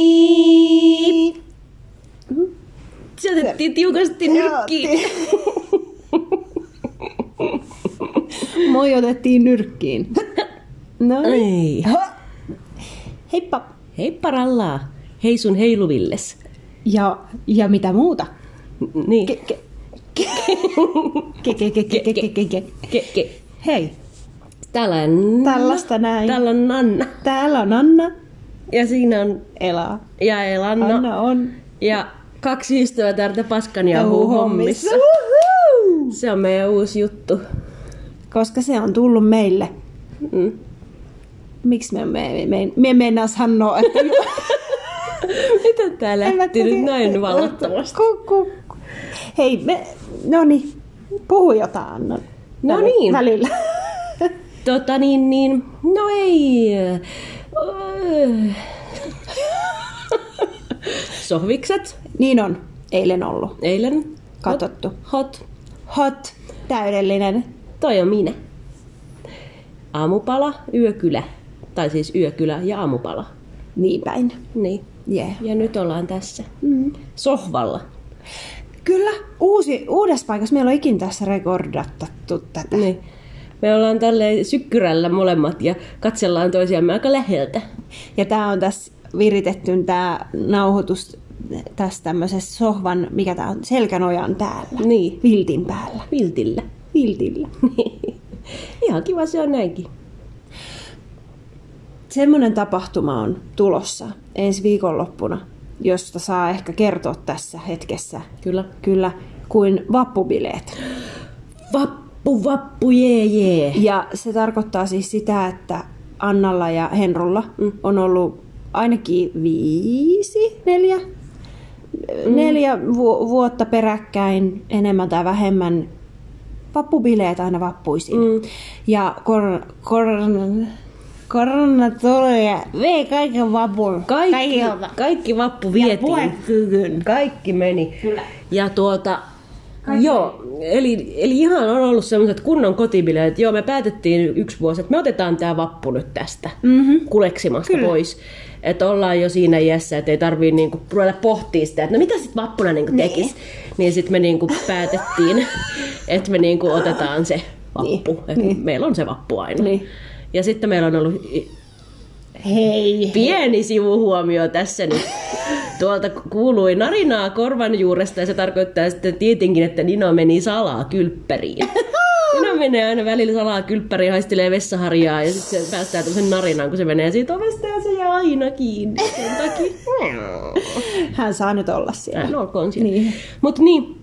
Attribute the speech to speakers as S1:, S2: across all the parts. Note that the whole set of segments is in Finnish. S1: Moi! Sä otettiin tiukasti nyrkkiin.
S2: Moi otettiin nyrkkiin. No niin.
S1: Ai.
S2: Ha! Heippa.
S1: Hei parallaa. Hei sun heiluvilles.
S2: Ja, ja mitä muuta?
S1: N- Niin.
S2: Ke, ke, ke, ke, ke, ke, ke, ke, ke.
S1: Ke, ke.
S2: Hei,
S1: Täällä on...
S2: Tällaista näin.
S1: Täällä on Nanna.
S2: täällä on Anna.
S1: Ja siinä on...
S2: Elaa.
S1: Ja Elanna.
S2: Anna on
S1: Ja kaksi ystävää täältä paskan ja hommissa.
S2: Uhuhu!
S1: Se on meidän uusi juttu.
S2: Koska se on tullut meille.
S1: Mm.
S2: Miksi me, me, me, me meinaa sanoa, että
S1: Mitä tää
S2: En mä
S1: lähti nyt
S2: tiedä.
S1: näin valottomasti?
S2: Ku, ku, ku. Hei, me, no niin, puhu jotain Anna.
S1: No
S2: Väli-
S1: niin.
S2: Välillä.
S1: Tota niin, niin... No ei... Öö. Sohvikset
S2: niin on, eilen ollut.
S1: eilen.
S2: Katottu.
S1: Hot.
S2: Hot, täydellinen.
S1: Toi on minä. Aamupala, yökylä. Tai siis yökylä ja aamupala.
S2: Niin päin.
S1: Niin. Mm-hmm.
S2: Yeah.
S1: Ja nyt ollaan tässä.
S2: Mm.
S1: Sohvalla.
S2: Kyllä, uusi, uudessa paikassa meillä on ikin tässä rekordattu tätä.
S1: Niin. Me ollaan tälle sykkyrällä molemmat ja katsellaan toisiamme aika läheltä.
S2: Ja tämä on tässä viritetty tämä nauhoitus tässä tämmöisessä sohvan, mikä tämä on, selkänojan päällä.
S1: Niin.
S2: Viltin päällä.
S1: Viltillä. Niin.
S2: Viltillä.
S1: Ihan kiva se on näinkin.
S2: Semmoinen tapahtuma on tulossa ensi viikonloppuna, josta saa ehkä kertoa tässä hetkessä.
S1: Kyllä.
S2: Kyllä, kuin vappubileet.
S1: Vappu, vappu, jee, jee.
S2: Ja se tarkoittaa siis sitä, että Annalla ja Henrulla mm. on ollut ainakin viisi, neljä, mm. neljä vu- vuotta peräkkäin enemmän tai vähemmän vappubileet aina vappuisin. Mm. Ja kor- kor- korona tulee ja vei kaiken vapun.
S1: Kaikki,
S2: Kaikilta.
S1: kaikki vappu
S2: Ja
S1: vietiin.
S2: puhekyvyn.
S1: Kaikki meni.
S2: Kyllä.
S1: Ja tuota, joo, eli, eli ihan on ollut sellaiset kunnon kotibileet. Joo, me päätettiin yksi vuosi, että me otetaan tämä vappu nyt tästä
S2: Mhm.
S1: kuleksimasta
S2: Kyllä.
S1: pois. Että ollaan jo siinä iässä, että ei tarvii niinku ruveta pohtia sitä, että no mitä sitten vappuna niinku tekis. Niin, niin sitten me niinku päätettiin, että me niinku otetaan se vappu. Niin. Että niin. meillä on se vappu aina.
S2: Niin.
S1: Ja sitten meillä on ollut i-
S2: Hei.
S1: Pieni sivuhuomio tässä nyt. Tuolta kuului narinaa korvan juuresta ja se tarkoittaa sitten tietenkin, että Nino meni salaa kylppäriin. Nino menee aina välillä salaa kylppäriin, haistelee vessaharjaa ja sitten se päästää tämmöisen narinaan, kun se menee siitä ovesta ja se jää aina kiinni sen takia.
S2: Hän saa nyt olla siellä.
S1: Hän olkoon siellä.
S2: Niin.
S1: Niin. Mutta niin,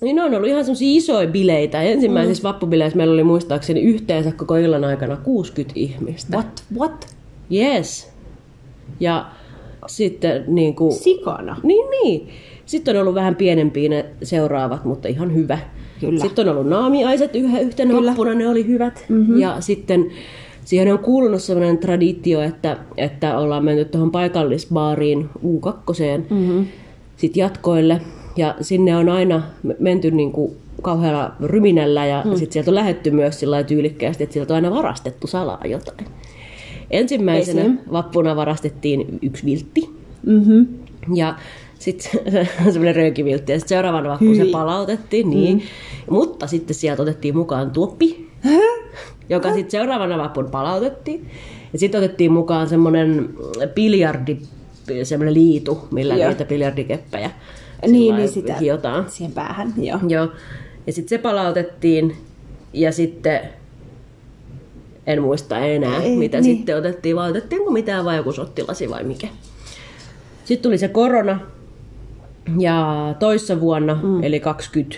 S1: niin ne on ollut ihan semmoisia isoja bileitä. Ensimmäisissä
S2: Mm.
S1: vappubileissä meillä oli muistaakseni yhteensä koko illan aikana 60 ihmistä.
S2: What? What?
S1: Yes. Ja sitten niin kuin...
S2: Sikana.
S1: Niin, niin. Sitten on ollut vähän pienempiä ne seuraavat, mutta ihan hyvä.
S2: Kyllä.
S1: Sitten on ollut naamiaiset yhä, yhtenä Kyllä. loppuna, ne oli hyvät. Mm-hmm. Ja sitten siihen on kuulunut sellainen traditio, että, että ollaan menty tuohon paikallisbaariin U2 mm-hmm. sit jatkoille. Ja sinne on aina me- menty niin kuin kauhealla ryminällä ja mm. sitten sieltä on lähetty myös sillä lailla tyylikkäästi, että sieltä on aina varastettu salaa jotain. Ensimmäisenä
S2: Esim.
S1: vappuna varastettiin yksi viltti.
S2: Mm-hmm.
S1: Ja sitten semmoinen röökiviltti. Ja sitten seuraavana vappuun se
S2: Hyi. Mm.
S1: palautettiin. Niin. Mutta sitten sieltä otettiin mukaan tuoppi, joka sitten seuraavana vappun palautettiin. Ja sitten otettiin mukaan semmoinen biljardi, semmoinen liitu, millä
S2: Joo.
S1: niitä biljardikeppejä
S2: Niin,
S1: sillä
S2: niin
S1: lailla
S2: sitä.
S1: hiotaan.
S2: Siihen päähän, joo.
S1: Joo. Ja sitten se palautettiin. Ja sitten en muista enää,
S2: Ei,
S1: Ei, mitä
S2: niin.
S1: niin. sitten otettiin, vai otettiinko mitään vai joku sottilasi vai mikä. Sitten tuli se korona. Ja toissa vuonna, mm. eli 20,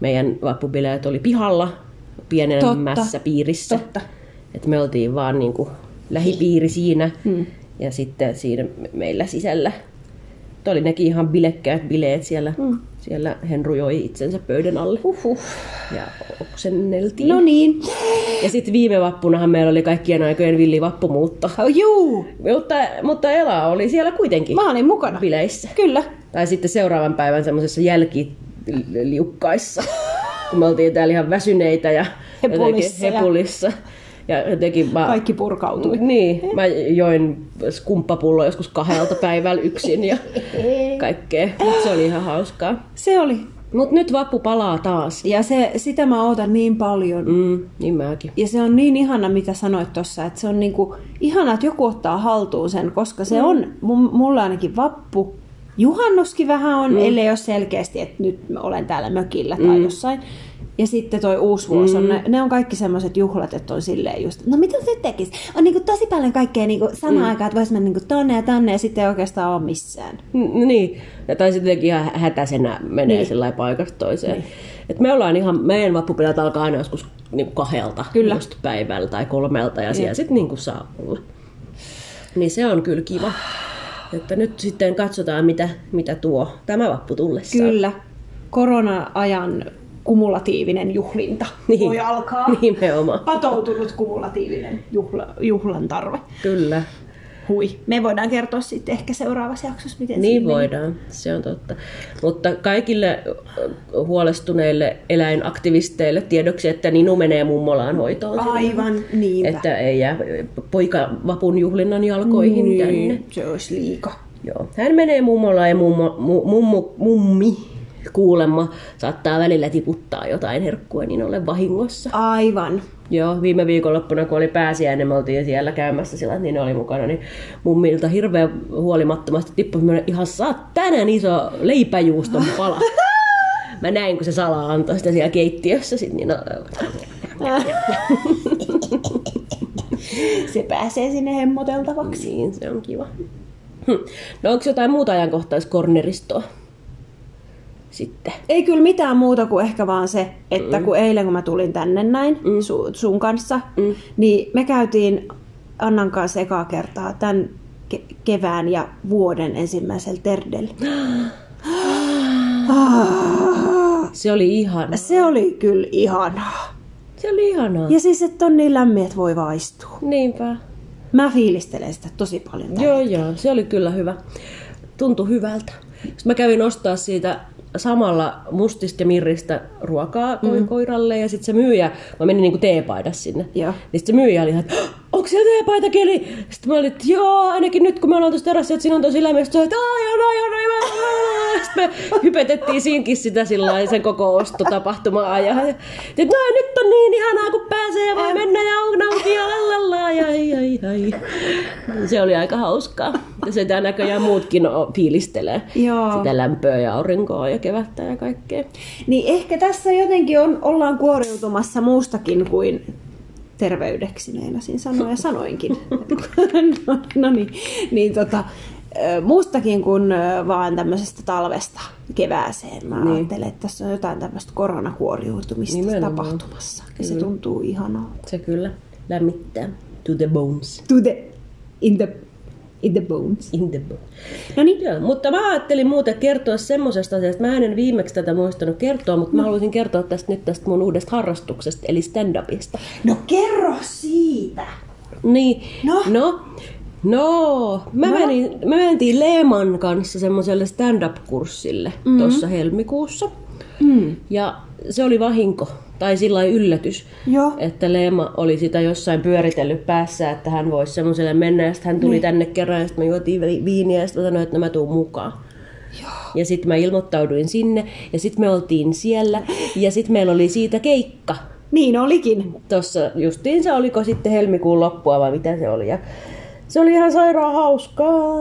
S1: meidän vappubileet oli pihalla pienemmässä
S2: Totta.
S1: piirissä.
S2: Totta.
S1: Et me oltiin vaan niinku lähipiiri siinä mm. ja sitten siinä me- meillä sisällä. Tuo oli nekin ihan bilekkäät bileet siellä. Mm. Siellä Henru joi itsensä pöydän alle
S2: Uhuh.
S1: ja oksenneltiin.
S2: No niin.
S1: Ja sitten viime vappunahan meillä oli kaikkien aikojen villivappumuutto.
S2: Oh, juu,
S1: Mutta, mutta Ela oli siellä kuitenkin
S2: mä olin mukana.
S1: bileissä.
S2: Kyllä.
S1: Tai sitten seuraavan päivän semmoisessa jälkiliukkaissa, kun me oltiin täällä ihan väsyneitä ja
S2: Hepulissa
S1: jotenkin
S2: ja-
S1: hepulissa. Ja jotenkin mä,
S2: Kaikki purkautui.
S1: Niin, mä join skumppapullo joskus kahdelta päivällä yksin ja Niin. kaikkea. Mut se oli ihan hauskaa.
S2: Se oli.
S1: Mut nyt vappu palaa taas.
S2: Ja se, sitä mä ootan niin paljon.
S1: Mm, niin mäkin.
S2: Ja se on niin ihana, mitä sanoit tuossa, että se on niinku ihana, että joku ottaa haltuun sen, koska se on, mu- mulla ainakin vappu, juhannuskin vähän on, mm. ellei ole selkeästi, että nyt mä olen täällä mökillä tai mm. jossain. Ja sitten toi uusi vuosi, on, ne, ne on kaikki semmoiset juhlat, että on silleen just, no mitä se tekisi? On niinku tosi paljon kaikkea niinku samaan mm. aikaan, että vois mennä niinku tonne ja tänne ja sitten ei oikeastaan ole missään.
S1: N- Niin, ja tai sitten jotenkin ihan hätäisenä menee
S2: Niin.
S1: niin. sillä lailla paikasta toiseen. Niin. Et me ollaan ihan, meidän vappupilat alkaa aina joskus niinku kahdelta
S2: Kyllä.
S1: just päivällä tai kolmelta ja siellä sitten niinku saa olla. Niin se on kyllä kiva. Että nyt sitten katsotaan, mitä, mitä tuo tämä vappu tullessaan.
S2: Kyllä, korona-ajan kumulatiivinen juhlinta
S1: Niin.
S2: voi alkaa.
S1: Nimenomaan.
S2: Patoutunut kumulatiivinen juhla, juhlan tarve.
S1: Kyllä,
S2: Hui. Me voidaan kertoa sitten ehkä seuraavassa jaksossa, miten
S1: niin
S2: siinä meni.
S1: voidaan, se on totta. Mutta kaikille ö, huolestuneille eläinaktivisteille tiedoksi, että Ninu menee mummolaan hoitoon.
S2: Aivan niinpä.
S1: Että ei jää poika vapun juhlinnan jalkoihin niin. tänne.
S2: Se olisi liika.
S1: Joo. Hän menee mummolaan ja mummo, mu, mummu, mummi kuulemma saattaa välillä tiputtaa jotain herkkua niin ole vahingossa.
S2: Aivan.
S1: Joo, viime viikonloppuna kun oli pääsiäinen, me oltiin siellä käymässä sillä, niin ne oli mukana, niin mummilta hirveän huolimattomasti tippui semmoinen ihan tänään iso leipäjuuston pala. Mä näin, kun se sala antoi sitä siellä keittiössä, sit niin no,
S2: Se pääsee sinne hemmoteltavaksi.
S1: niin se on kiva. Hm. No onko jotain muuta ajankohtaiskorneristoa? Sitten.
S2: Ei kyllä mitään muuta kuin ehkä vaan se, että kun eilen kun mä tulin tänne näin mm. su, sun kanssa, mm. niin me käytiin Annan kanssa ekaa kertaa tämän ke- kevään ja vuoden ensimmäisellä terdellä. Ah,
S1: Se oli ihana.
S2: se oli kyllä ihanaa.
S1: Se oli ihanaa.
S2: Ja siis, että on niin lämmin, että voi vaistua.
S1: Niinpä.
S2: Mä fiilistelen sitä tosi paljon. täällä.
S1: Joo, joo, se oli kyllä hyvä. Tuntui hyvältä. Sitten mä kävin ostaa siitä samalla mustista ja mirristä ruokaa mm. koiralle ja sitten se myyjä, mä menin niinku teepaida sinne.
S2: Joo.
S1: Niin sitten se myyjä oli ihan, että "Hah, onko siellä teepaita keli? Sitten mä olin, että joo, ainakin nyt kun me ollaan tuossa terassilla, että siinä on tosi lämmin. Sitten se oli, että no, ai, on, ai, on, ai, ai, ai, ai." Sitten me hypetettiin siinkin sitä sillä lailla, sen koko ostotapahtumaa ajan. Ja, että no nyt on niin ihanaa, kun pääsee ja voi mennä ja on auki ja lallalla ja ai, ai, ai. Se oli aika hauskaa. Ja sitä näköjään muutkin o- fiilistelee.
S2: Joo.
S1: Sitä lämpöä ja aurinkoa ja kevättä ja kaikkea.
S2: Niin ehkä tässä jotenkin on, ollaan kuoriutumassa muustakin kuin terveydeksi, meinasin sanoa ja sanoinkin. no, no niin, niin tota, ö, muustakin kuin ö, vaan tämmöisestä talvesta kevääseen. Mä niin. ajattelen, että tässä on jotain tämmöistä koronakuoriutumista
S1: Nimenomaan.
S2: tapahtumassa. Ja se tuntuu ihanalta.
S1: Se kyllä lämmittää. To the bones.
S2: To the, in the, in the bones.
S1: In the bones.
S2: No niin,
S1: Joo, mutta mä ajattelin muuten kertoa semmoisesta asiasta. Mä en viimeksi tätä muistanut kertoa, mutta mä haluaisin kertoa tästä nyt tästä mun uudesta harrastuksesta, eli stand-upista.
S2: no kerro siitä.
S1: Niin,
S2: No?
S1: no, no mä, no. Menin, mä mentiin Leeman kanssa semmoiselle stand-up-kurssille mm-hmm. tuossa helmikuussa.
S2: Mm.
S1: Ja se oli vahinko, tai sillä lailla yllätys,
S2: Joo.
S1: että Leema oli sitä jossain pyöritellyt päässä, että hän voisi semmoiselle mennä. Ja sitten hän tuli niin. tänne kerran, ja sitten me juotiin vi- viiniä, ja sitten sanoin, että no mä tuun mukaan. Ja sitten mä ilmoittauduin sinne, ja sitten me oltiin siellä, ja sitten meillä oli siitä keikka.
S2: Niin olikin.
S1: Tuossa justiinsa, oliko sitten helmikuun loppua vai mitä se oli. Ja se oli ihan sairaan hauskaa.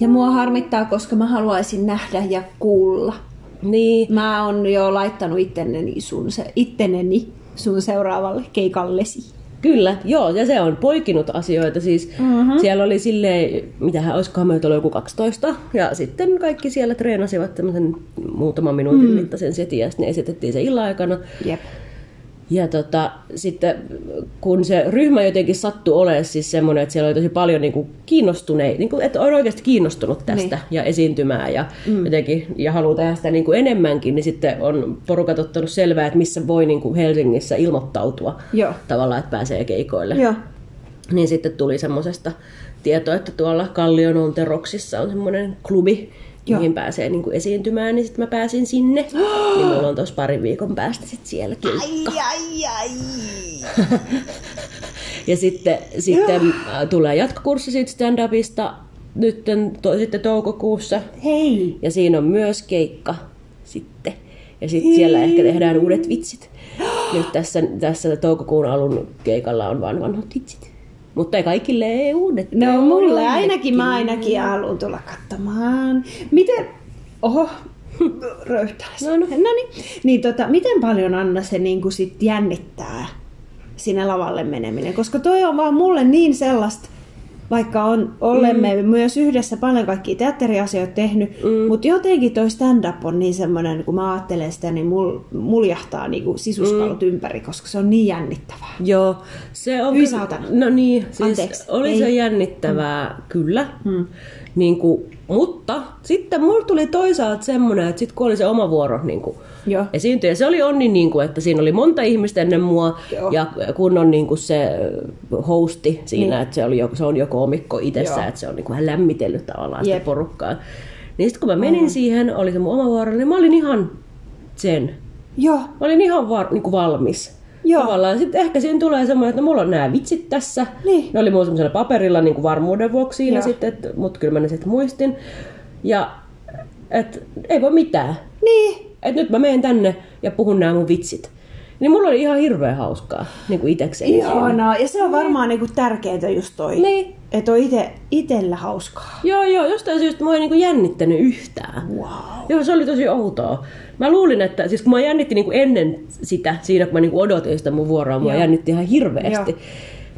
S2: Ja mua harmittaa, koska mä haluaisin nähdä ja kuulla.
S1: Niin,
S2: Mä oon jo laittanut itteneni sun, se, itteneni sun seuraavalle keikallesi.
S1: Kyllä, joo, ja se on poikinut asioita. Siis
S2: Mhm.
S1: mm-hmm. siellä oli silleen, mitähän olisikohan meitä ollut joku 12, ja sitten kaikki siellä treenasivat tämmöisen muutaman minuutin mm. mittaisen setin, ja sitten ne esitettiin se illan aikana.
S2: Jep.
S1: Ja tota, sitten kun se ryhmä jotenkin sattui olemaan siis semmoinen, että siellä oli tosi paljon niinku kiinnostuneita, niinku, että on oikeasti kiinnostunut tästä
S2: Niin.
S1: niin. ja esiintymään ja, mm. jotenkin, ja haluaa tehdä sitä niinku enemmänkin, niin sitten on porukat ottanut selvää, että missä voi niinku Helsingissä ilmoittautua
S2: Joo.
S1: tavallaan, että pääsee keikoille.
S2: Joo.
S1: Niin sitten tuli semmoisesta tietoa, että tuolla Kallion Onteroksissa on semmoinen klubi,
S2: Joo.
S1: Joo. mihin pääsee niin kuin esiintymään, niin sitten mä pääsin sinne. niin mulla on tuossa parin viikon päästä sitten siellä keikka.
S2: Ai, ai, ai.
S1: ja sitten, sitten äh, tulee jatkokurssi siitä stand-upista nyt to, sitten toukokuussa.
S2: Hei!
S1: Ja siinä on myös keikka sitten. Ja sitten siellä ehkä tehdään uudet vitsit. Nyt tässä, tässä toukokuun alun keikalla on vain vanhat vitsit. Mutta ei kaikille ei uudet.
S2: No mulle ainakin, mä ainakin haluan tulla katsomaan. Miten, oho, röyhtäisi. No, no. no niin. niin tota, miten paljon Anna se niin kuin sit jännittää sinne lavalle meneminen? Koska toi on vaan mulle niin sellaista, vaikka on, olemme mm. myös yhdessä paljon kaikki teatteriasioita tehnyt, mm. mutta jotenkin toi stand-up on niin semmoinen, kun mä ajattelen sitä, niin mul, muljahtaa niinku sisuspalot mm. ympäri, koska se on niin jännittävää.
S1: Joo, se on...
S2: Hyi saatana.
S1: No niin, siis
S2: Anteeksi,
S1: oli
S2: ei.
S1: se jännittävää, mm. kyllä. Mm. Niin kuin, mutta sitten mulla tuli toisaalta semmoinen, että sitten kun oli se oma vuoro niin kuin,
S2: Joo.
S1: esiintyjä. Se oli onni, niin kuin, että siinä oli monta ihmistä ennen mua
S2: Joo.
S1: ja kun on niin kuin se hosti siinä,
S2: Niin.
S1: niin. että se, oli jo, se on jo koomikko
S2: Joo.
S1: itsessään, että se on niin kuin vähän lämmitellyt tavallaan
S2: Jep.
S1: sitä porukkaa. Niin sitten kun mä menin siihen, oli se mun oma vuoro, niin mä olin ihan sen.
S2: Joo,
S1: Mä olin ihan var, niin kuin valmis.
S2: Joo.
S1: Tavallaan sitten ehkä siinä tulee semmoinen, että no mulla on nämä vitsit tässä.
S2: Niin.
S1: Ne oli mulla semmoisella paperilla niin kuin varmuuden vuoksi siinä
S2: Joo.
S1: sitten, että- mut kyllä mä ne sitten muistin. Ja et, ei voi mitään
S2: niin.
S1: että nyt mä menen tänne ja puhun nämä mun vitsit. Niin mulla oli ihan hirveän hauskaa, niin kuin itekseni.
S2: Ihanaa. Ja se on varmaan niinku tärkeintä just toi.
S1: Niin.
S2: Että on ite, itellä hauskaa.
S1: Joo, joo, jostain syystä mua ei niinku jännittänyt yhtään.
S2: Wow.
S1: Joo, se oli tosi outoa. Mä luulin, että siis kun mä jännitti niinku ennen sitä, siinä kun mä niinku odotin sitä mun vuoroa, mua
S2: Joo.
S1: jännitti ihan hirveästi.
S2: Joo.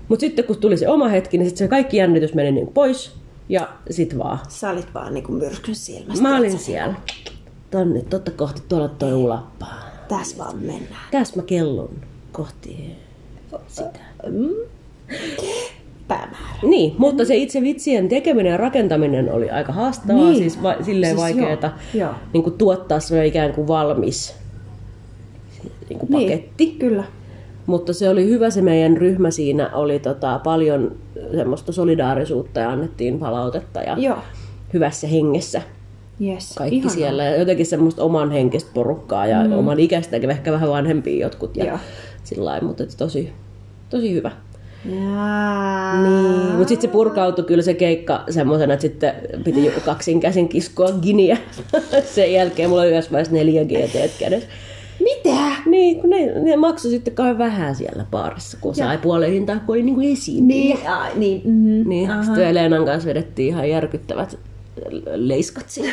S1: Mutta sitten kun tuli se oma hetki, niin sit se kaikki jännitys meni niinku pois ja sit vaan.
S2: Sä olit vaan niinku myrskyn silmästä.
S1: Mä olin
S2: tiedätkö?
S1: siellä. Tonne, totta kohti tuolla toi ulappaa.
S2: Tässä vaan mennään.
S1: Tässä mä kellon kohti sitä.
S2: Päämäärä.
S1: Niin, mutta se itse vitsien tekeminen ja rakentaminen oli aika haastavaa,
S2: Niin.
S1: niin. siis va- silleen
S2: Siis
S1: siis vaikeeta
S2: joo, joo.
S1: niin kuin tuottaa se ikään kuin valmis niin kuin paketti.
S2: Niin, kyllä.
S1: Mutta se oli hyvä se meidän ryhmä siinä, oli tota, paljon semmoista solidaarisuutta ja annettiin palautetta ja
S2: Joo.
S1: hyvässä hengessä
S2: Yes.
S1: kaikki
S2: ihanaa.
S1: siellä ja jotenkin semmoista oman henkistä porukkaa ja mm. oman ikästäkin, ehkä vähän vanhempia jotkut
S2: Joo.
S1: ja sillä lailla, mutta et tosi, tosi hyvä.
S2: Jaa.
S1: Niin, mutta sitten se purkautui kyllä se keikka semmoisena, että sitten piti joku kaksin käsin kiskoa giniä. Sen jälkeen mulla oli yhdessä vaiheessa neljä GT kädessä.
S2: Mitä?
S1: Niin, kun ne, ne maksoi sitten kai vähän siellä baarissa, kun sai puoleen hintaan, kun oli niinku esiin.
S2: Niin, ai, niin. Mm.
S1: Niin, sitten Elenan kanssa vedettiin ihan järkyttävät leiskat siinä.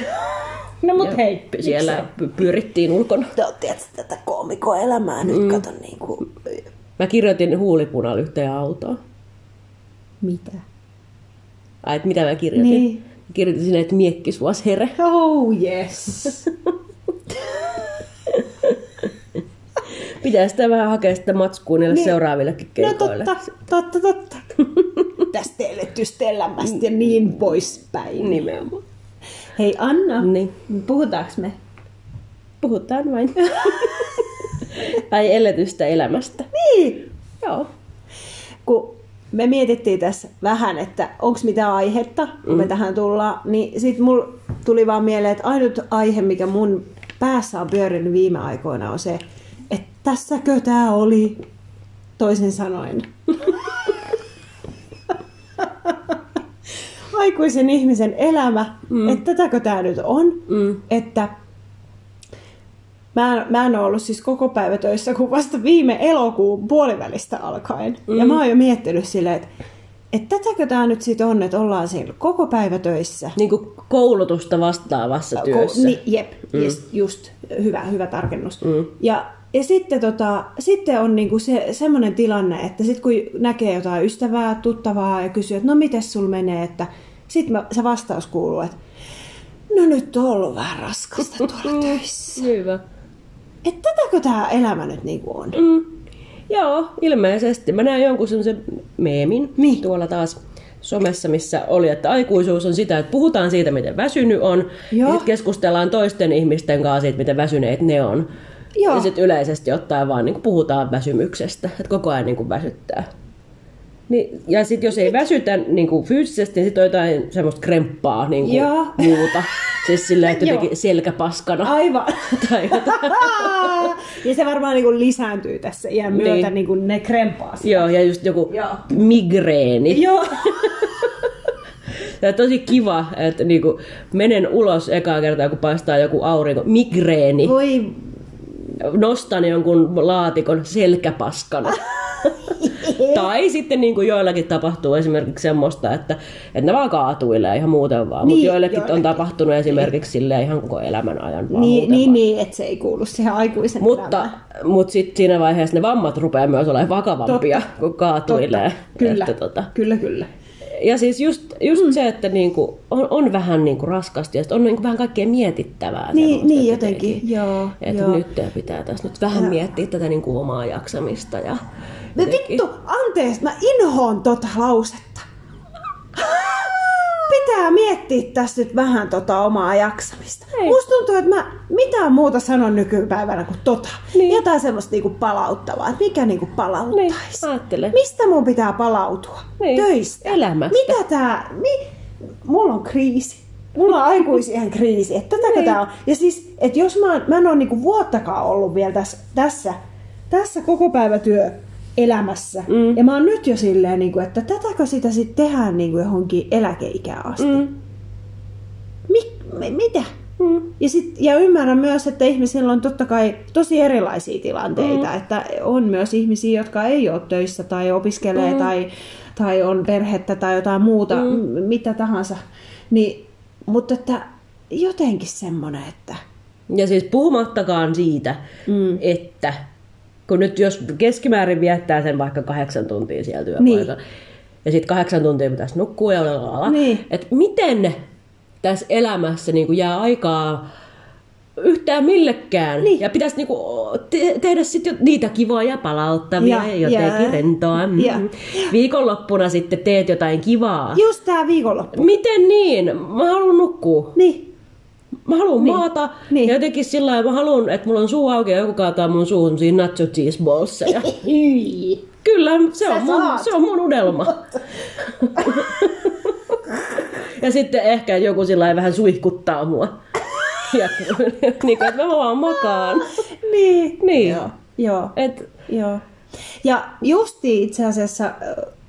S2: No mut hei.
S1: Siellä py- pyörittiin ulkona.
S2: Te oot tietysti tätä koomikoelämää nyt, mm. kato niinku...
S1: Mä kirjoitin huulipunalla yhteen autoon.
S2: Mitä?
S1: Ai, että mitä mä kirjoitin?
S2: Niin.
S1: Kirjoitin sinne, että miekkis vuos here.
S2: Oh yes.
S1: Pitää sitä vähän hakea sitä matskua niille
S2: Niin.
S1: niin. seuraavillekin
S2: no
S1: keikoille.
S2: totta, totta, totta. Tästä eletystä elämästä ja niin poispäin.
S1: Nimenomaan.
S2: Hei Anna,
S1: Niin.
S2: puhutaanko me?
S1: Puhutaan vain. tai eletystä elämästä.
S2: Niin.
S1: Joo.
S2: kun me mietittiin tässä vähän, että onko mitään aihetta, kun me tähän tullaan, niin sitten mulla tuli vaan mieleen, että ainut aihe, mikä mun päässä on pyörinyt viime aikoina, on se, että tässäkö tämä oli, toisin sanoen. Aikuisen ihmisen elämä, mm. että tätäkö tämä nyt on, mm. että Mä en, mä en ole ollut siis koko päivä töissä kuin vasta viime elokuun puolivälistä alkaen. Mm. Ja mä oon jo miettinyt silleen, että et tätäkö tämä nyt sitten on, että ollaan siinä koko päivä töissä.
S1: Niin kuin koulutusta vastaavassa työssä.
S2: Ko- Niin, jep, mm. just, just hyvä, hyvä tarkennus. Mm. Ja, ja sitten, tota, sitten on niinku se, semmoinen tilanne, että sitten kun näkee jotain ystävää, tuttavaa ja kysyy, että no miten sul menee, että sitten se vastaus kuuluu, että no nyt on ollut vähän raskasta tuolla töissä.
S1: Hyvä.
S2: Että tätäkö tämä elämä nyt niinku on?
S1: Mm. Joo, ilmeisesti. Mä näin jonkun semmoisen meemin
S2: Niin.
S1: tuolla taas somessa, missä oli, että aikuisuus on sitä, että puhutaan siitä, miten väsynyt on,
S2: Joo.
S1: ja sitten keskustellaan toisten ihmisten kanssa siitä, miten väsyneet ne on.
S2: Joo.
S1: Ja sitten yleisesti ottaen vaan niin puhutaan väsymyksestä, että koko ajan niin väsyttää. Niin, ja sitten jos ei väsytä niin kuin fyysisesti, niin sitten on jotain semmoista kremppaa niin kuin
S2: Joo.
S1: muuta. Siis sillä että
S2: Joo.
S1: jotenkin selkäpaskana.
S2: Aivan.
S1: tai jotain.
S2: ja se varmaan niin kuin lisääntyy tässä iän
S1: Niin.
S2: myötä, niin. kuin ne krempaa sitä.
S1: Joo, ja just joku
S2: Joo.
S1: migreeni.
S2: Joo.
S1: Tämä on tosi kiva, että niinku menen ulos ekaa kertaa, kun paistaa joku aurinko. Migreeni.
S2: Voi
S1: Nostan jonkun laatikon selkäpaskana. tai sitten niinku joillakin tapahtuu esimerkiksi semmoista, että, että ne vaan kaatuilee ihan muuten vaan. Mutta
S2: Niin,
S1: joillekin, on
S2: joillekin.
S1: tapahtunut esimerkiksi silleen ihan koko elämän ajan vaan
S2: Niin,
S1: muuten vaan.
S2: niin, niin, että se ei kuulu siihen aikuisen
S1: Mutta,
S2: elämään.
S1: mutta sitten siinä vaiheessa ne vammat rupeaa myös olemaan vakavampia,
S2: Totta.
S1: kun kaatuilee.
S2: Totta. Kyllä.
S1: Että, tota.
S2: kyllä, kyllä.
S1: Ja siis just, just mm. se, että niinku, on, on vähän niinku raskasta ja sit on niinku vähän kaikkea mietittävää.
S2: Niin,
S1: semmoista
S2: niin jotenkin, joo.
S1: Että
S2: joo.
S1: nyt pitää tässä nyt vähän miettiä tätä niinku omaa jaksamista. Ja
S2: Me
S1: jotenkin-
S2: vittu, anteeksi, mä inhoon tota lausetta. Pitää miettiä tässä nyt vähän tota omaa jaksamista.
S1: Ei.
S2: Ei. Musta tuntuu, että mä mitään muuta sanon nykypäivänä kuin tota.
S1: Niin.
S2: Niin. Jotain semmoista niinku palauttavaa, että mikä niinku
S1: Niin,
S2: palauttaisi.
S1: ajattele.
S2: Mistä mun pitää palautua?
S1: Niin,
S2: Töistä.
S1: elämästä.
S2: Mitä tää... Mi... Mulla on kriisi. Mulla on aikuisien kriisi. Että tätäkö
S1: Niin.
S2: tää on? Ja siis, että jos mä, oon- mä en ole niinku vuottakaan ollut vielä tässä, tässä, tässä koko päivätyö elämässä.
S1: Mm.
S2: Ja mä oon nyt jo silleen, niinku, että tätäkö sitä sitten tehdään niinku johonkin eläkeikään asti. Mm.
S1: Mm,
S2: Mik, mi- mitä?
S1: mm,
S2: Ja, sit, ja ymmärrän myös, että ihmisillä on totta kai tosi erilaisia tilanteita,
S1: Mm.
S2: mm. että on myös ihmisiä, jotka ei ole töissä tai opiskelee
S1: Mm.
S2: mm. tai, tai on perhettä tai jotain muuta,
S1: Mm.
S2: mm. mitä tahansa. Niin, mutta että jotenkin semmoinen, että...
S1: Ja siis puhumattakaan siitä, mm.
S2: Mm.
S1: että kun nyt jos keskimäärin viettää sen vaikka kahdeksan tuntia siellä työpaikalla, niin. ja sitten kahdeksan tuntia pitäisi nukkua ja olla lailla,
S2: Niin.
S1: että miten tässä elämässä niin jää aikaa yhtään millekään.
S2: Niin.
S1: Ja pitäisi niin kuin te- tehdä sit jo niitä kivoja palauttavia ja,
S2: Ja,
S1: jotenkin
S2: ja.
S1: rentoa. Mm.
S2: Ja.
S1: Viikonloppuna sitten teet jotain kivaa.
S2: Just tää viikonloppu.
S1: Miten niin? Mä haluan nukkua.
S2: Niin,
S1: Mä haluan niin. maata niin.
S2: Niin.
S1: ja jotenkin sillä lailla, mä haluan, että mulla on suu auki ja joku kaataa mun suuhun semmosia nacho cheese ballseja.
S2: Hyi.
S1: Kyllä, se
S2: Sä
S1: on, mun,
S2: saat.
S1: se on mun unelma. ja sitten ehkä joku sillä lailla vähän suihkuttaa mua. ja niin kuin, että mä vaan makaan.
S2: niin.
S1: Niin.
S2: Joo. Joo.
S1: Et,
S2: Joo. Ja justi itse asiassa äh,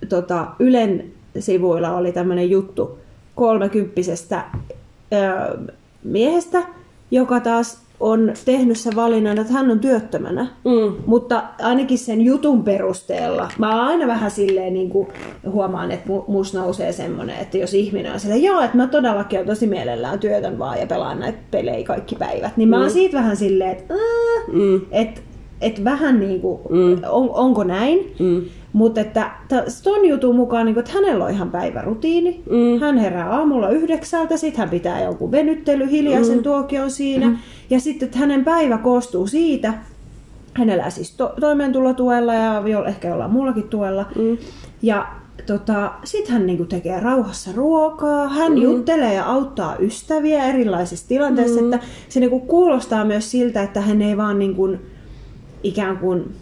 S2: tota, Ylen sivuilla oli tämmöinen juttu kolmekymppisestä ö, miehestä, joka taas on tehnyt sen valinnan, että hän on työttömänä.
S1: mm,
S2: Mutta ainakin sen jutun perusteella, mä aina vähän silleen niin kuin huomaan, että mu- mus nousee semmoinen, että jos ihminen on silleen, joo, että mä todellakin on tosi mielellään työtön vaan ja pelaan näitä pelejä kaikki päivät, niin mä oon
S1: Mm.
S2: siitä vähän silleen, että äh,
S1: mm,
S2: et, et vähän niin kuin,
S1: Mm.
S2: mm. on, onko näin?
S1: Mm.
S2: Mutta että ta- ton jutun mukaan, niin että hänellä on ihan päivärutiini.
S1: Mm.
S2: Hän herää aamulla yhdeksältä, sitten hän pitää jonkun venyttely, hiljaisen
S1: Mm.
S2: mm. tuokion siinä. Mm. Ja sitten että hänen päivä koostuu siitä, hänellä siis to- toimeentulotuella ja jo- ehkä jollain muullakin tuella.
S1: Mm.
S2: Ja tota, sitten hän niinku tekee rauhassa ruokaa, hän
S1: Mm.
S2: mm. juttelee ja auttaa ystäviä erilaisissa tilanteissa.
S1: Mm.
S2: Mm. Että se niinku kuulostaa myös siltä, että hän ei vaan niinku, ikään kuin,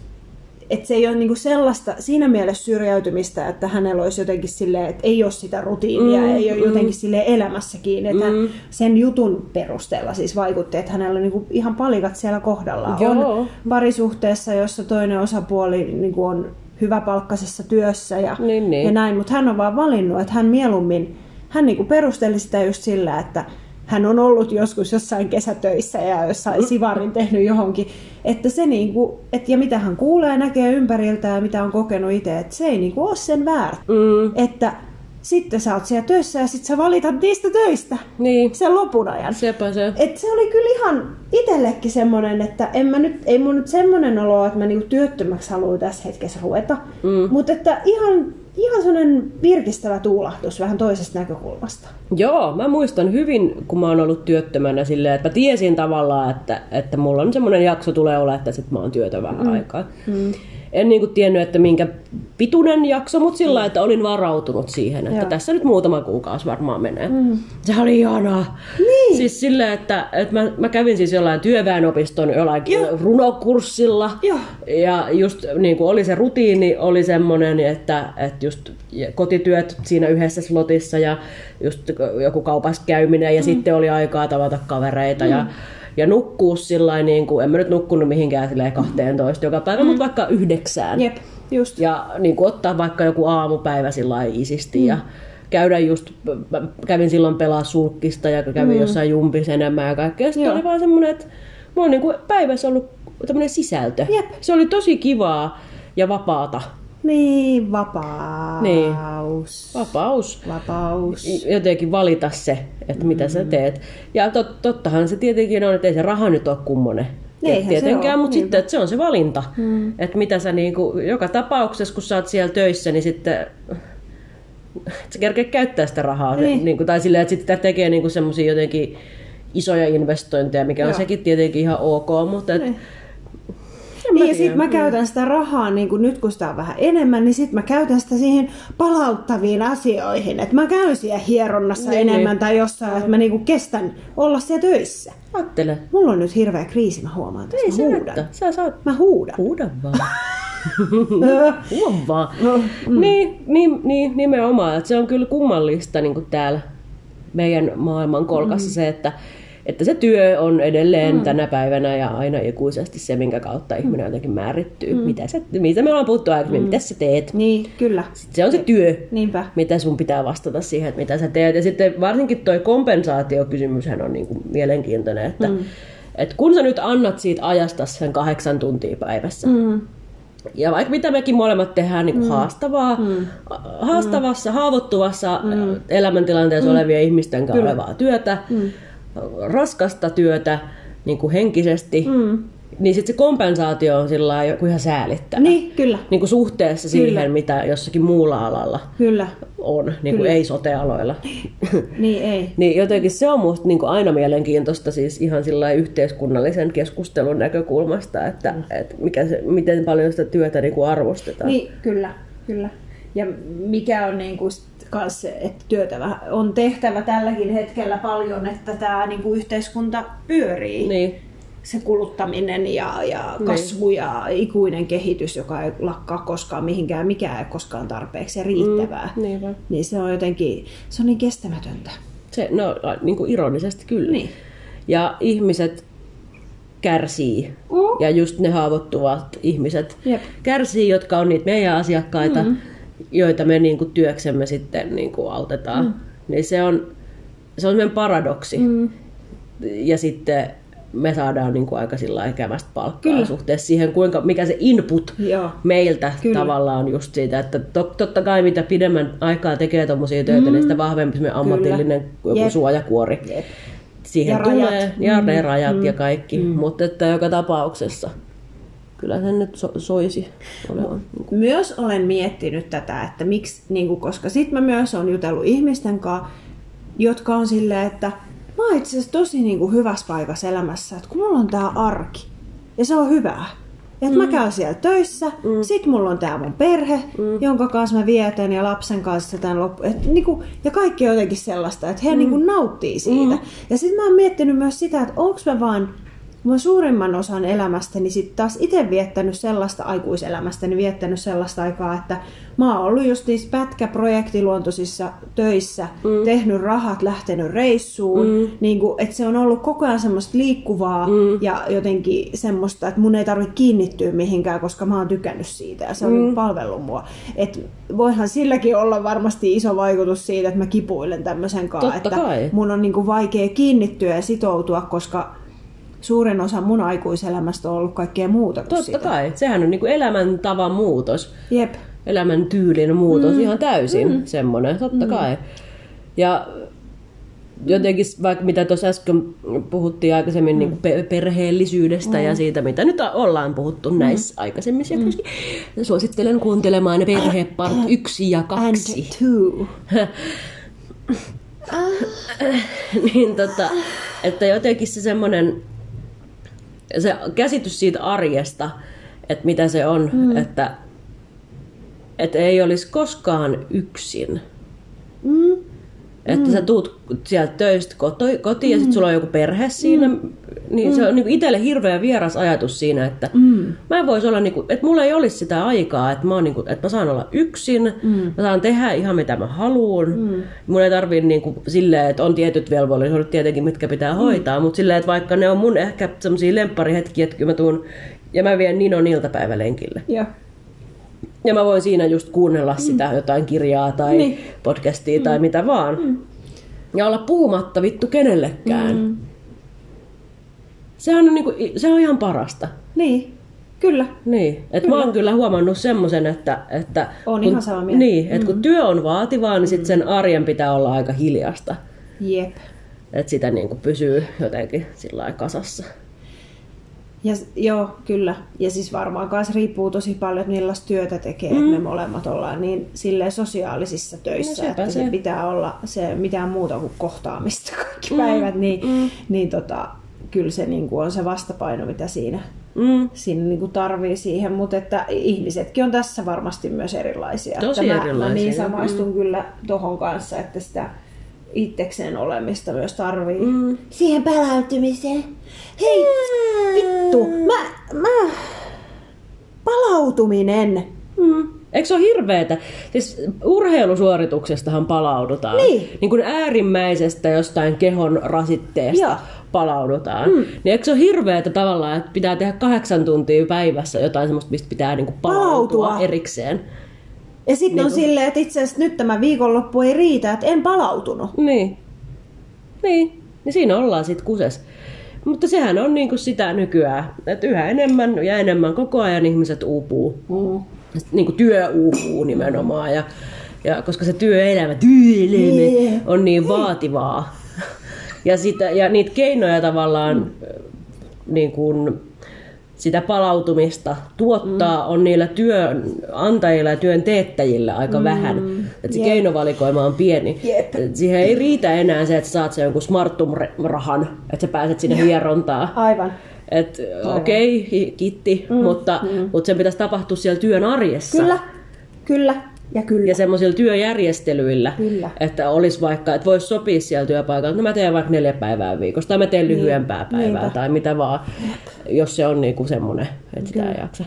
S2: että se ei ole niinku sellaista siinä mielessä syrjäytymistä, että hänellä olisi jotenkin silleen, että ei ole sitä rutiinia,
S1: Mm,
S2: mm, ei ole
S1: mm.
S2: mm. jotenkin sille elämässä kiinni. Että
S1: Mm.
S2: mm. sen jutun perusteella siis vaikutti, että hänellä on niinku ihan palikat siellä kohdallaan.
S1: Joo.
S2: On parisuhteessa, jossa toinen osapuoli niinku on hyväpalkkaisessa työssä ja,
S1: Niin, niin.
S2: ja näin, mutta hän on vaan valinnut, että hän mieluummin, hän niinku perusteli sitä just sillä, että hän on ollut joskus jossain kesätöissä ja jossain sivarin tehnyt johonkin, että se niinku, et, ja mitä hän kuulee ja näkee ympäriltä ja mitä on kokenut itse, että se ei niinku ole sen väärä.
S1: mm,
S2: Että sitten sä oot siellä töissä ja sitten sä valitat niistä töistä
S1: niin,
S2: sen lopun ajan.
S1: sepä se.
S2: Et se oli kyllä ihan itsellekin semmoinen, että en mä nyt, ei mun nyt semmoinen olo, että mä niinku työttömäksi haluan tässä hetkessä ruveta.
S1: Mm.
S2: Mm. Mutta että ihan, ihan semmoinen virkistävä tuulahdus vähän toisesta näkökulmasta.
S1: Joo, mä muistan hyvin, kun mä oon ollut työttömänä silleen, että mä tiesin tavallaan, että, että mulla on semmoinen jakso tulee olla, että sit mä oon työtä vähän mm. aikaa. Mm. en niin kuin tiennyt, että minkä pituinen jakso, mutta sillä että olin varautunut siihen, että
S2: Joo.
S1: tässä nyt muutama kuukausi varmaan menee. Mm. Se oli ihanaa. Niin. Siis sillä, että, että mä, mä, kävin siis jollain työväenopiston jollain
S2: Joo.
S1: runokurssilla.
S2: Joo.
S1: Ja just niin kuin oli se rutiini, oli semmoinen, että, että just kotityöt siinä yhdessä slotissa ja just joku kaupassa käyminen ja mm. sitten oli aikaa tavata kavereita mm. ja ja nukkuu sillä niin kuin, en mä nyt nukkunut mihinkään silleen 12 joka päivä, mm. mutta vaikka yhdeksään.
S2: Jep, just.
S1: Ja niin kuin ottaa vaikka joku aamupäivä sillä iisisti mm. ja käydä just, mä kävin silloin pelaa sulkkista ja kävin mm. jossain jumpis enemmän ja kaikkea. Sitten
S2: Joo.
S1: oli vaan semmoinen, että mulla on niin kuin päivässä ollut tämmöinen sisältö.
S2: Jep.
S1: Se oli tosi kivaa ja vapaata.
S2: Niin, vapaus.
S1: Niin. Vapaus.
S2: Vapaus.
S1: Jotenkin valita se, että mitä mm. sä
S2: Mm-hmm.
S1: teet. Ja tot, tottahan se tietenkin on, että ei se raha nyt ole kummonen.
S2: Eihän se
S1: tietenkään,
S2: oo,
S1: mutta
S2: niinpä.
S1: sitten että se on se valinta. Mm. Että mitä sä niinku, joka tapauksessa, kun sä oot siellä töissä, niin sitten et sä kerkeä käyttää sitä rahaa. Niin.
S2: Niin.
S1: Niinku, tai silleen, että sitten sitä tekee niinku semmoisia jotenkin isoja investointeja, mikä on
S2: Joo.
S1: sekin tietenkin ihan ok, mutta et,
S2: Niin.
S1: En mä
S2: Niin, ja sit
S1: tiedä. Mm.
S2: mä käytän sitä rahaa, niin kuin nyt kun sitä on vähän enemmän, niin sit mä käytän sitä siihen palauttaviin asioihin. Että mä käyn siellä hieronnassa
S1: Niin,
S2: niin, enemmän
S1: niin.
S2: niin. tai jossain, että mä niin kuin kestän olla siellä töissä.
S1: ajattele.
S2: Mulla on nyt hirveä kriisi, mä huomaan, että
S1: Ei
S2: mä
S1: se
S2: huudan.
S1: haittaa. Sä saat
S2: Mä huudan.
S1: Huuda vaan. Huom vaan. Niin, niin, niin, nimenomaan. Että se on kyllä kummallista niin täällä meidän maailman kolkassa mm. se, että, että se työ on edelleen mm. tänä päivänä ja aina ikuisesti se, minkä kautta ihminen jotenkin määrittyy. Mm. Mitä sä, mitä me ollaan puhuttu aikaisemmin, mm. mitä sä teet.
S2: Niin, kyllä.
S1: Se on se työ,
S2: Niinpä.
S1: mitä sun pitää vastata siihen, että mitä sä teet. Ja sitten varsinkin toi kompensaatiokysymyshän on niin kuin mielenkiintoinen, että mm. et kun sä nyt annat siitä ajasta sen kahdeksan tuntia päivässä,
S2: Mm.
S1: ja vaikka mitä mekin molemmat tehdään niin kuin haastavaa,
S2: Mm.
S1: haastavassa, haavoittuvassa mm. elämäntilanteessa olevien ihmisten kanssa
S2: Kyllä. Mm.
S1: olevaa työtä, raskasta työtä niin kuin henkisesti,
S2: Mm.
S1: niin sitten se kompensaatio on sillä lailla joku ihan säälittävä.
S2: Niin, kyllä.
S1: Niin kuin suhteessa
S2: Kyllä.
S1: siihen, mitä jossakin muulla alalla
S2: Kyllä.
S1: on, niin kuin
S2: Kyllä.
S1: ei sotealoilla.
S2: Niin ei.
S1: Niin jotenkin se on musta niin kuin aina mielenkiintoista siis ihan sillä yhteiskunnallisen keskustelun näkökulmasta, että, mm. että mikä se, miten paljon sitä työtä niin kuin arvostetaan.
S2: Niin, kyllä, kyllä. Ja mikä on niin kuin kans se, että työtä vähän- on tehtävä tälläkin hetkellä paljon, että tämä niin kuin yhteiskunta pyörii.
S1: Niin.
S2: Se kuluttaminen ja, ja kasvu ja ikuinen kehitys, joka ei lakkaa koskaan mihinkään, mikä ei koskaan tarpeeksi ja riittävää. Mm,
S1: niinpä.
S2: niin se on jotenkin, se on niin kestämätöntä.
S1: Se, no niin kuin ironisesti kyllä.
S2: Niin.
S1: Ja ihmiset kärsii.
S2: Mm.
S1: Ja just ne haavoittuvat ihmiset
S2: Jep. Mm-hmm.
S1: kärsii, jotka on niitä meidän asiakkaita, mm. joita me niin kuin työksemme sitten niin kuin autetaan. Mm. Niin se on, se on semmoinen paradoksi. Mm. Ja sitten me saadaan niin kuin aika sillä lailla ikävästä palkkaa
S2: Kyllä.
S1: suhteessa siihen, kuinka, mikä se input
S2: Joo.
S1: meiltä Kyllä.
S2: Kyllä.
S1: tavallaan just siitä, että to, totta kai mitä pidemmän aikaa tekee tuommoisia töitä, mm. niin sitä vahvempi se ammatillinen joku
S2: Jep.
S1: suojakuori
S2: Jep.
S1: siihen
S2: Ja
S1: tulee.
S2: rajat.
S1: Ja Mm-hmm. ne rajat ja kaikki. Mm. Mutta että joka tapauksessa kyllä sen nyt so- soisi olevan.
S2: Myös olen miettinyt tätä, että miksi, niin kuin, koska sit mä myös olen jutellut ihmisten kanssa, jotka on silleen, että mä oon itse asiassa tosi niin kuin, hyvässä paikassa elämässä, että kun mulla on tää arki ja se on hyvää. Että mm. mä käyn siellä töissä, mm. sit mulla on tää mun perhe, mm. jonka kanssa mä vietän ja lapsen kanssa tämän loppu. Et, niin kuin, ja kaikki on jotenkin sellaista, että he mm. niin kuin, nauttii siitä. Mm. Ja sit mä oon miettinyt myös sitä, että onko mä vaan Mä oon suurimman osan elämästäni sit taas itse viettänyt sellaista aikuiselämästäni, viettänyt sellaista aikaa, että mä oon ollut just niissä pätkäprojektiluontoisissa töissä, mm. tehnyt rahat, lähtenyt reissuun, mm. niin kun, et se on ollut koko ajan semmoista liikkuvaa mm. ja jotenkin semmoista, että mun ei tarvitse kiinnittyä mihinkään, koska mä oon tykännyt siitä ja se on mm. palvellut mua. Et voihan silläkin olla varmasti iso vaikutus siitä, että mä kipuilen tämmöisen kanssa,
S1: Totta
S2: että
S1: kai.
S2: mun on niinku vaikea kiinnittyä ja sitoutua, koska suurin osa mun aikuiselämästä on ollut kaikkea muuta kuin
S1: Totta
S2: sitä.
S1: kai. Sehän on niinku elämäntavan muutos.
S2: Jep.
S1: elämän tyylin muutos mm. ihan täysin mm. semmoinen, totta mm. kai. Ja jotenkin, vaikka mitä tuossa äsken puhuttiin aikaisemmin mm. niin pe- perheellisyydestä mm. ja siitä, mitä nyt ollaan puhuttu mm. näissä aikaisemmissa jaksoissa, Mm. suosittelen kuuntelemaan perhepart 1 ja 2.
S2: And two.
S1: niin tota, että jotenkin se semmoinen se käsitys siitä arjesta, että mitä se on, mm. että, että ei olisi koskaan yksin. Mm. Että mm. sä tuut sieltä töistä kotiin koti, mm. ja sitten sulla on joku perhe siinä. Mm. Niin mm. se on niinku itselle hirveä vieras ajatus siinä, että mm. mä en vois olla niinku, että mulla ei olisi sitä aikaa, että mä, oon niinku, että mä saan olla yksin, mm. mä saan tehdä ihan mitä mä haluan. Mm. Mun ei tarvii niinku silleen, että on tietyt velvollisuudet tietenkin, mitkä pitää mm. hoitaa, mutta silleen, että vaikka ne on mun ehkä semmosia lempparihetkiä, että kyllä mä tuun ja mä vien Ninon iltapäivälenkille.
S2: Yeah.
S1: Ja mä voin siinä just kuunnella mm. sitä jotain kirjaa tai niin. podcastia mm. tai mitä vaan. Mm. Ja olla puhumatta vittu kenellekään. Mm. Sehän on, niinku, se on ihan parasta.
S2: Niin, kyllä.
S1: Niin, et kyllä. mä oon kyllä huomannut semmoisen, että... että
S2: on kun, ihan samaa mieltä.
S1: Niin, että mm. kun työ on vaativaa, niin sit sen arjen pitää olla aika hiljasta.
S2: Jep.
S1: Että sitä niinku pysyy jotenkin sillä kasassa.
S2: Ja, joo, kyllä. Ja siis varmaan myös riippuu tosi paljon, että millaista työtä tekee, mm. että me molemmat ollaan niin silleen sosiaalisissa töissä, no, että se. se pitää olla se mitään muuta kuin kohtaamista kaikki mm. päivät, niin, mm. niin tota, kyllä se niin kuin on se vastapaino, mitä siinä, mm. siinä niin kuin tarvii siihen. Mutta että ihmisetkin on tässä varmasti myös erilaisia.
S1: Tosi
S2: että mä,
S1: erilaisia.
S2: Mä niin samaistun mm. kyllä tohon kanssa, että sitä itsekseen olemista myös tarvii. Mm. Siihen palautumiseen. Hei, mm. vittu, mä, mä, palautuminen.
S1: Mm. Eikö se ole hirveetä? Siis urheilusuorituksestahan palaudutaan.
S2: Niin.
S1: niin kuin äärimmäisestä jostain kehon rasitteesta Joo. palaudutaan. Mm. Niin eikö se ole hirveetä tavallaan, että pitää tehdä kahdeksan tuntia päivässä jotain semmoista, mistä pitää niinku palautua, palautua erikseen.
S2: Ja sitten
S1: Niinku-
S2: niin on silleen, että itse asiassa nyt tämä viikonloppu ei riitä, että en palautunut.
S1: Niin. Niin. Ja siinä ollaan sitten kuses. Mutta sehän on niinku sitä nykyään, että yhä enemmän ja enemmän koko ajan ihmiset uupuu. Mm. Niinku työ uupuu nimenomaan. Ja, ja koska se työelämä, työelämä yeah. on niin vaativaa. Ja, sitä, ja niitä keinoja tavallaan mm. niin kuin, sitä palautumista tuottaa mm. on niillä työnantajilla ja työn teettäjillä aika mm. vähän. Et se yep. keinovalikoima on pieni.
S2: Yep.
S1: Siihen ei riitä enää se, että saat sen jonkun smarttum-rahan, että sä pääset sinne hierontaa.
S2: Aivan.
S1: Et okei, okay, kitti, mm, mutta, mm. mutta sen pitäisi tapahtua siellä työn arjessa.
S2: Kyllä, kyllä. Ja, kyllä.
S1: ja semmoisilla työjärjestelyillä,
S2: kyllä.
S1: että olisi vaikka, että voisi sopia siellä työpaikalla, että no mä teen vaikka neljä päivää viikossa, tai mä teen niin. lyhyempää päivää, Niinpä. tai mitä vaan, jos se on niinku semmoinen, että sitä ei jaksa.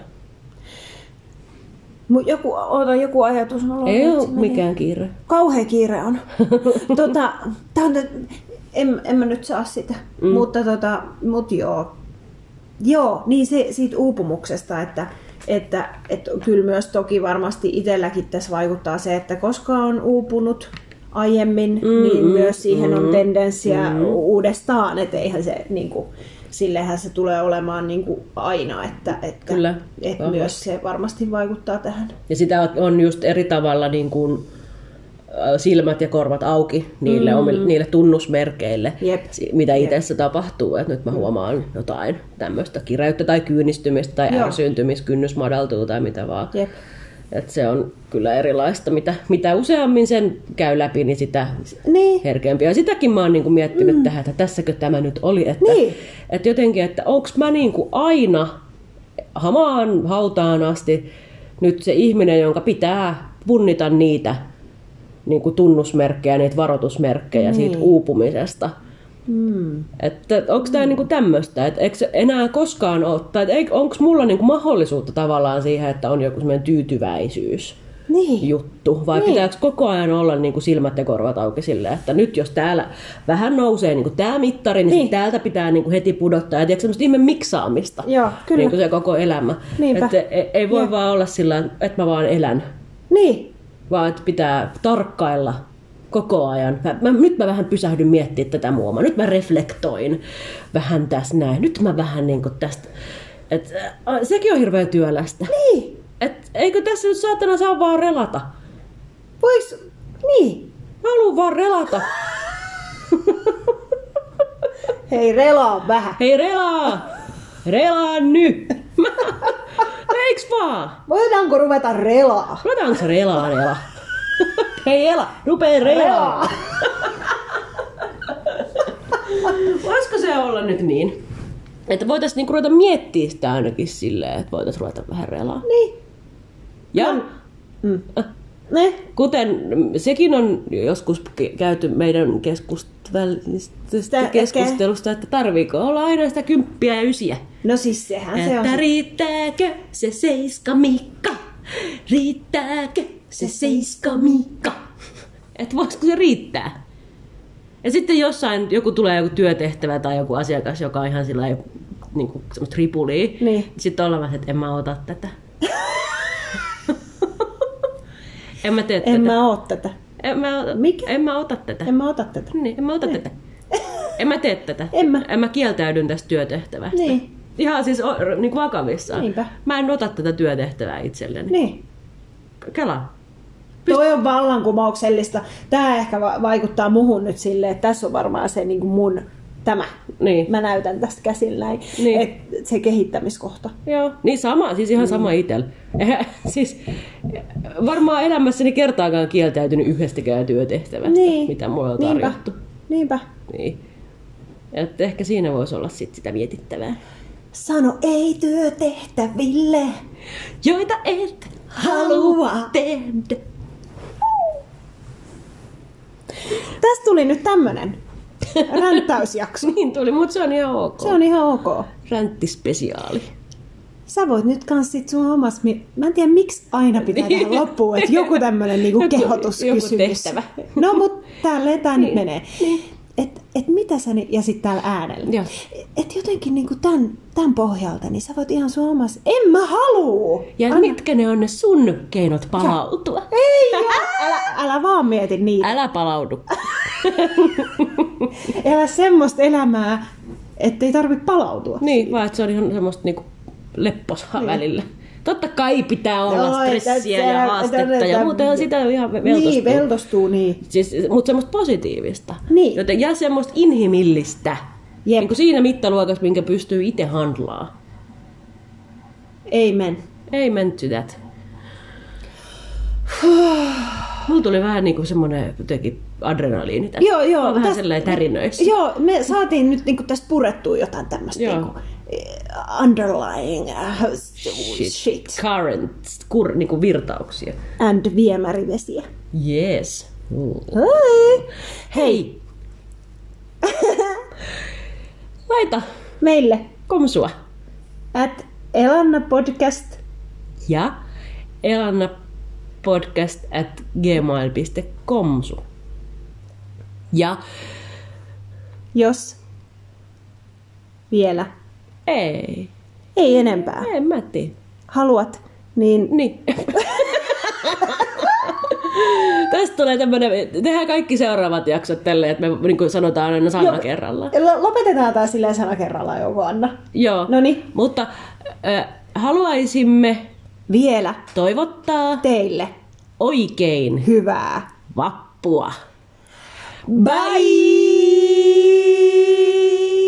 S2: Mut joku, oota, joku ajatus on ollut.
S1: Ei ole mikään kiire.
S2: Kauhea kiire on. tota, tää on en, en mä nyt saa sitä, mm. mutta tota, mut joo. Joo, niin se, siitä uupumuksesta, että että, että kyllä myös toki varmasti itselläkin tässä vaikuttaa se, että koska on uupunut aiemmin, mm, niin mm, myös siihen mm, on tendenssiä mm. uudestaan, että eihän se niin kuin, sillehän se tulee olemaan niin kuin aina, että, että,
S1: kyllä,
S2: että varmasti. myös se varmasti vaikuttaa tähän.
S1: Ja sitä on just eri tavalla niin kuin, silmät ja korvat auki niille, mm. omille, niille tunnusmerkeille,
S2: Jep.
S1: mitä itsessä tapahtuu. Että nyt mä huomaan jotain tämmöistä kireyttä tai kyynistymistä tai Joo. ärsyntymiskynnys madaltuu tai mitä vaan.
S2: Jep.
S1: Et se on kyllä erilaista. Mitä, mitä useammin sen käy läpi, niin sitä
S2: niin.
S1: herkempi. Ja sitäkin mä oon niinku miettinyt mm. tähän, että tässäkö tämä nyt oli. Että,
S2: niin.
S1: että jotenkin, että onko mä niinku aina hamaan hautaan asti nyt se ihminen, jonka pitää punnita niitä niin kuin tunnusmerkkejä, niitä varoitusmerkkejä niin. siitä uupumisesta.
S2: Mm.
S1: Että onko tämä mm. niinku tämmöistä, että eikö enää koskaan ole, tai onko mulla niinku mahdollisuutta tavallaan siihen, että on joku semmoinen tyytyväisyys?
S2: Niin.
S1: juttu, vai niin. pitääkö koko ajan olla niin kuin silmät ja korvat auki sille, että nyt jos täällä vähän nousee niin kuin tämä mittari, niin, niin. täältä pitää niin kuin heti pudottaa, ja tiedätkö semmoista ihme miksaamista,
S2: Joo, kyllä.
S1: Niin kuin se koko elämä.
S2: Niinpä.
S1: Että ei, ei voi ja. vaan olla sillä, että mä vaan elän.
S2: Niin,
S1: vaan että pitää tarkkailla koko ajan. Mä, mä, nyt mä vähän pysähdyn miettimään tätä muomaa. Nyt mä reflektoin vähän tässä näin. Nyt mä vähän niin tästä. Et, äh, sekin on hirveä työlästä.
S2: Niin.
S1: Et, eikö tässä nyt saatana saa vaan relata?
S2: Vois, niin.
S1: Mä haluan vaan relata.
S2: Hei, relaa vähän.
S1: Hei, relaa! Relaa nyt! Eiks vaan?
S2: Voidaanko ruveta relaa?
S1: Ruvetaanko relaa rela? Hei Ela, rupee relaa!
S2: relaa.
S1: Voisiko se olla nyt niin? Että voitaisiin niinku ruveta miettiä sitä ainakin silleen, että voitaisiin ruveta vähän relaa.
S2: Niin.
S1: Ja Äh.
S2: No. Mm. Ne.
S1: kuten sekin on joskus ke- käyty meidän
S2: Sitä-
S1: keskustelusta, keskustelusta että tarviiko olla aina sitä kymppiä ja ysiä.
S2: No siis sehän se on.
S1: Että riittääkö se seiska Mikka? Riittääkö se seiska Mikka? Että voisiko se riittää? Ja sitten jossain joku tulee joku työtehtävä tai joku asiakas, joka on ihan sillä niin kuin semmoista ripulia.
S2: Niin.
S1: Sitten ollaan vähän, että en mä ota tätä. en mä tee
S2: En
S1: tätä.
S2: mä oo tätä.
S1: En mä ota,
S2: Mikä?
S1: En mä ota tätä.
S2: En mä ota tätä.
S1: Niin, en mä ota tätä. En mä tee tätä.
S2: En mä.
S1: En mä kieltäydyn tästä työtehtävästä.
S2: Niin.
S1: Ihan siis o- r- niin kuin vakavissaan.
S2: Niinpä.
S1: Mä en ota tätä työtehtävää itselleni.
S2: Niin.
S1: Kela.
S2: Toi on vallankumouksellista. Tämä ehkä va- vaikuttaa muhun nyt silleen, että tässä on varmaan se niin kuin mun tämä.
S1: Niin.
S2: Mä näytän tästä käsin näin.
S1: Niin.
S2: Et se kehittämiskohta.
S1: Joo. Niin sama, siis ihan
S2: Mm.
S1: sama itel. Eihän- siis varmaan elämässäni kertaakaan kieltäytynyt yhdestäkään työtehtävästä,
S2: Niin.
S1: mitä mulla on
S2: Niinpä.
S1: tarjottu.
S2: Niinpä.
S1: Niin. Et ehkä siinä voisi olla sit sitä mietittävää.
S2: Sano ei työtehtäville.
S1: Joita et
S2: Halua.
S1: halua tehdä.
S2: Tästä tuli nyt tämmönen ränttäysjakso.
S1: Niin tuli, mutta se on ihan ok.
S2: Se on ihan ok.
S1: Ränttispesiaali.
S2: Sä voit nyt kans sit sun omas... Mi- Mä en tiedä, miksi aina pitää
S1: Niin.
S2: tähän loppuun, että joku tämmönen niinku
S1: Joku-
S2: kehotuskysymys.
S1: joku tehtävä.
S2: No, mut tälleen tää nyt
S1: Niin.
S2: menee. Et, et mitä sä, ni- ja sit täällä äänellä.
S1: Joo.
S2: Et jotenkin niinku tän, tän pohjalta, niin sä voit ihan sun omas... En mä haluu!
S1: Ja Anna. mitkä ne on ne sun keinot palautua?
S2: Ei, joo, älä, älä vaan mieti niitä.
S1: Älä palaudu.
S2: Elä semmoista elämää, ettei tarvi palautua.
S1: Niin, vaan että se on ihan semmoista niinku lepposaa välillä. Totta kai pitää olla
S2: Niin. Joo, että
S1: stressiä
S2: siellä-
S1: ja haastetta ja
S2: että-
S1: muutenhan sitä on ihan ve- veltostuu.
S2: Niin, veltostuu niin.
S1: siis, mutta semmoista positiivista.
S2: Niin.
S1: Joten, ja semmoista inhimillistä.
S2: Jep.
S1: Niin kuin siinä mittaluokassa, minkä pystyy itse handlaa.
S2: Amen.
S1: Ei menty that. Mulla tuli vähän niinku semmonen jotenkin adrenaliini tässä.
S2: Joo, joo,
S1: Mä oon vähän
S2: tästä-
S1: sellainen tärinöissä.
S2: Joo, me saatiin nyt niin tästä purettua jotain tämmöistä
S1: Joo.
S2: niin underlying uh, shit.
S1: shit,
S2: shit
S1: currents, kur, niinku virtauksia.
S2: and viemärivesiä.
S1: Yes.
S2: Hei!
S1: Hei! Laita
S2: Meille
S1: komsua.
S2: at Elanna Podcast.
S1: Ja elanna podcast at gmail.comsu. Ja
S2: Jos vielä
S1: ei,
S2: ei enempää
S1: en mä tiedä.
S2: haluat, niin
S1: Niin. Tästä tulee tämmönen, tehdään kaikki seuraavat jaksot tälleen, että me niin kuin sanotaan aina sana
S2: Joo.
S1: kerrallaan.
S2: L- lopetetaan tää silleen sana kerrallaan joku Anna.
S1: Joo.
S2: Noniin.
S1: Mutta äh, haluaisimme
S2: Vielä
S1: toivottaa
S2: teille
S1: oikein
S2: hyvää.
S1: vappua.
S2: Bye!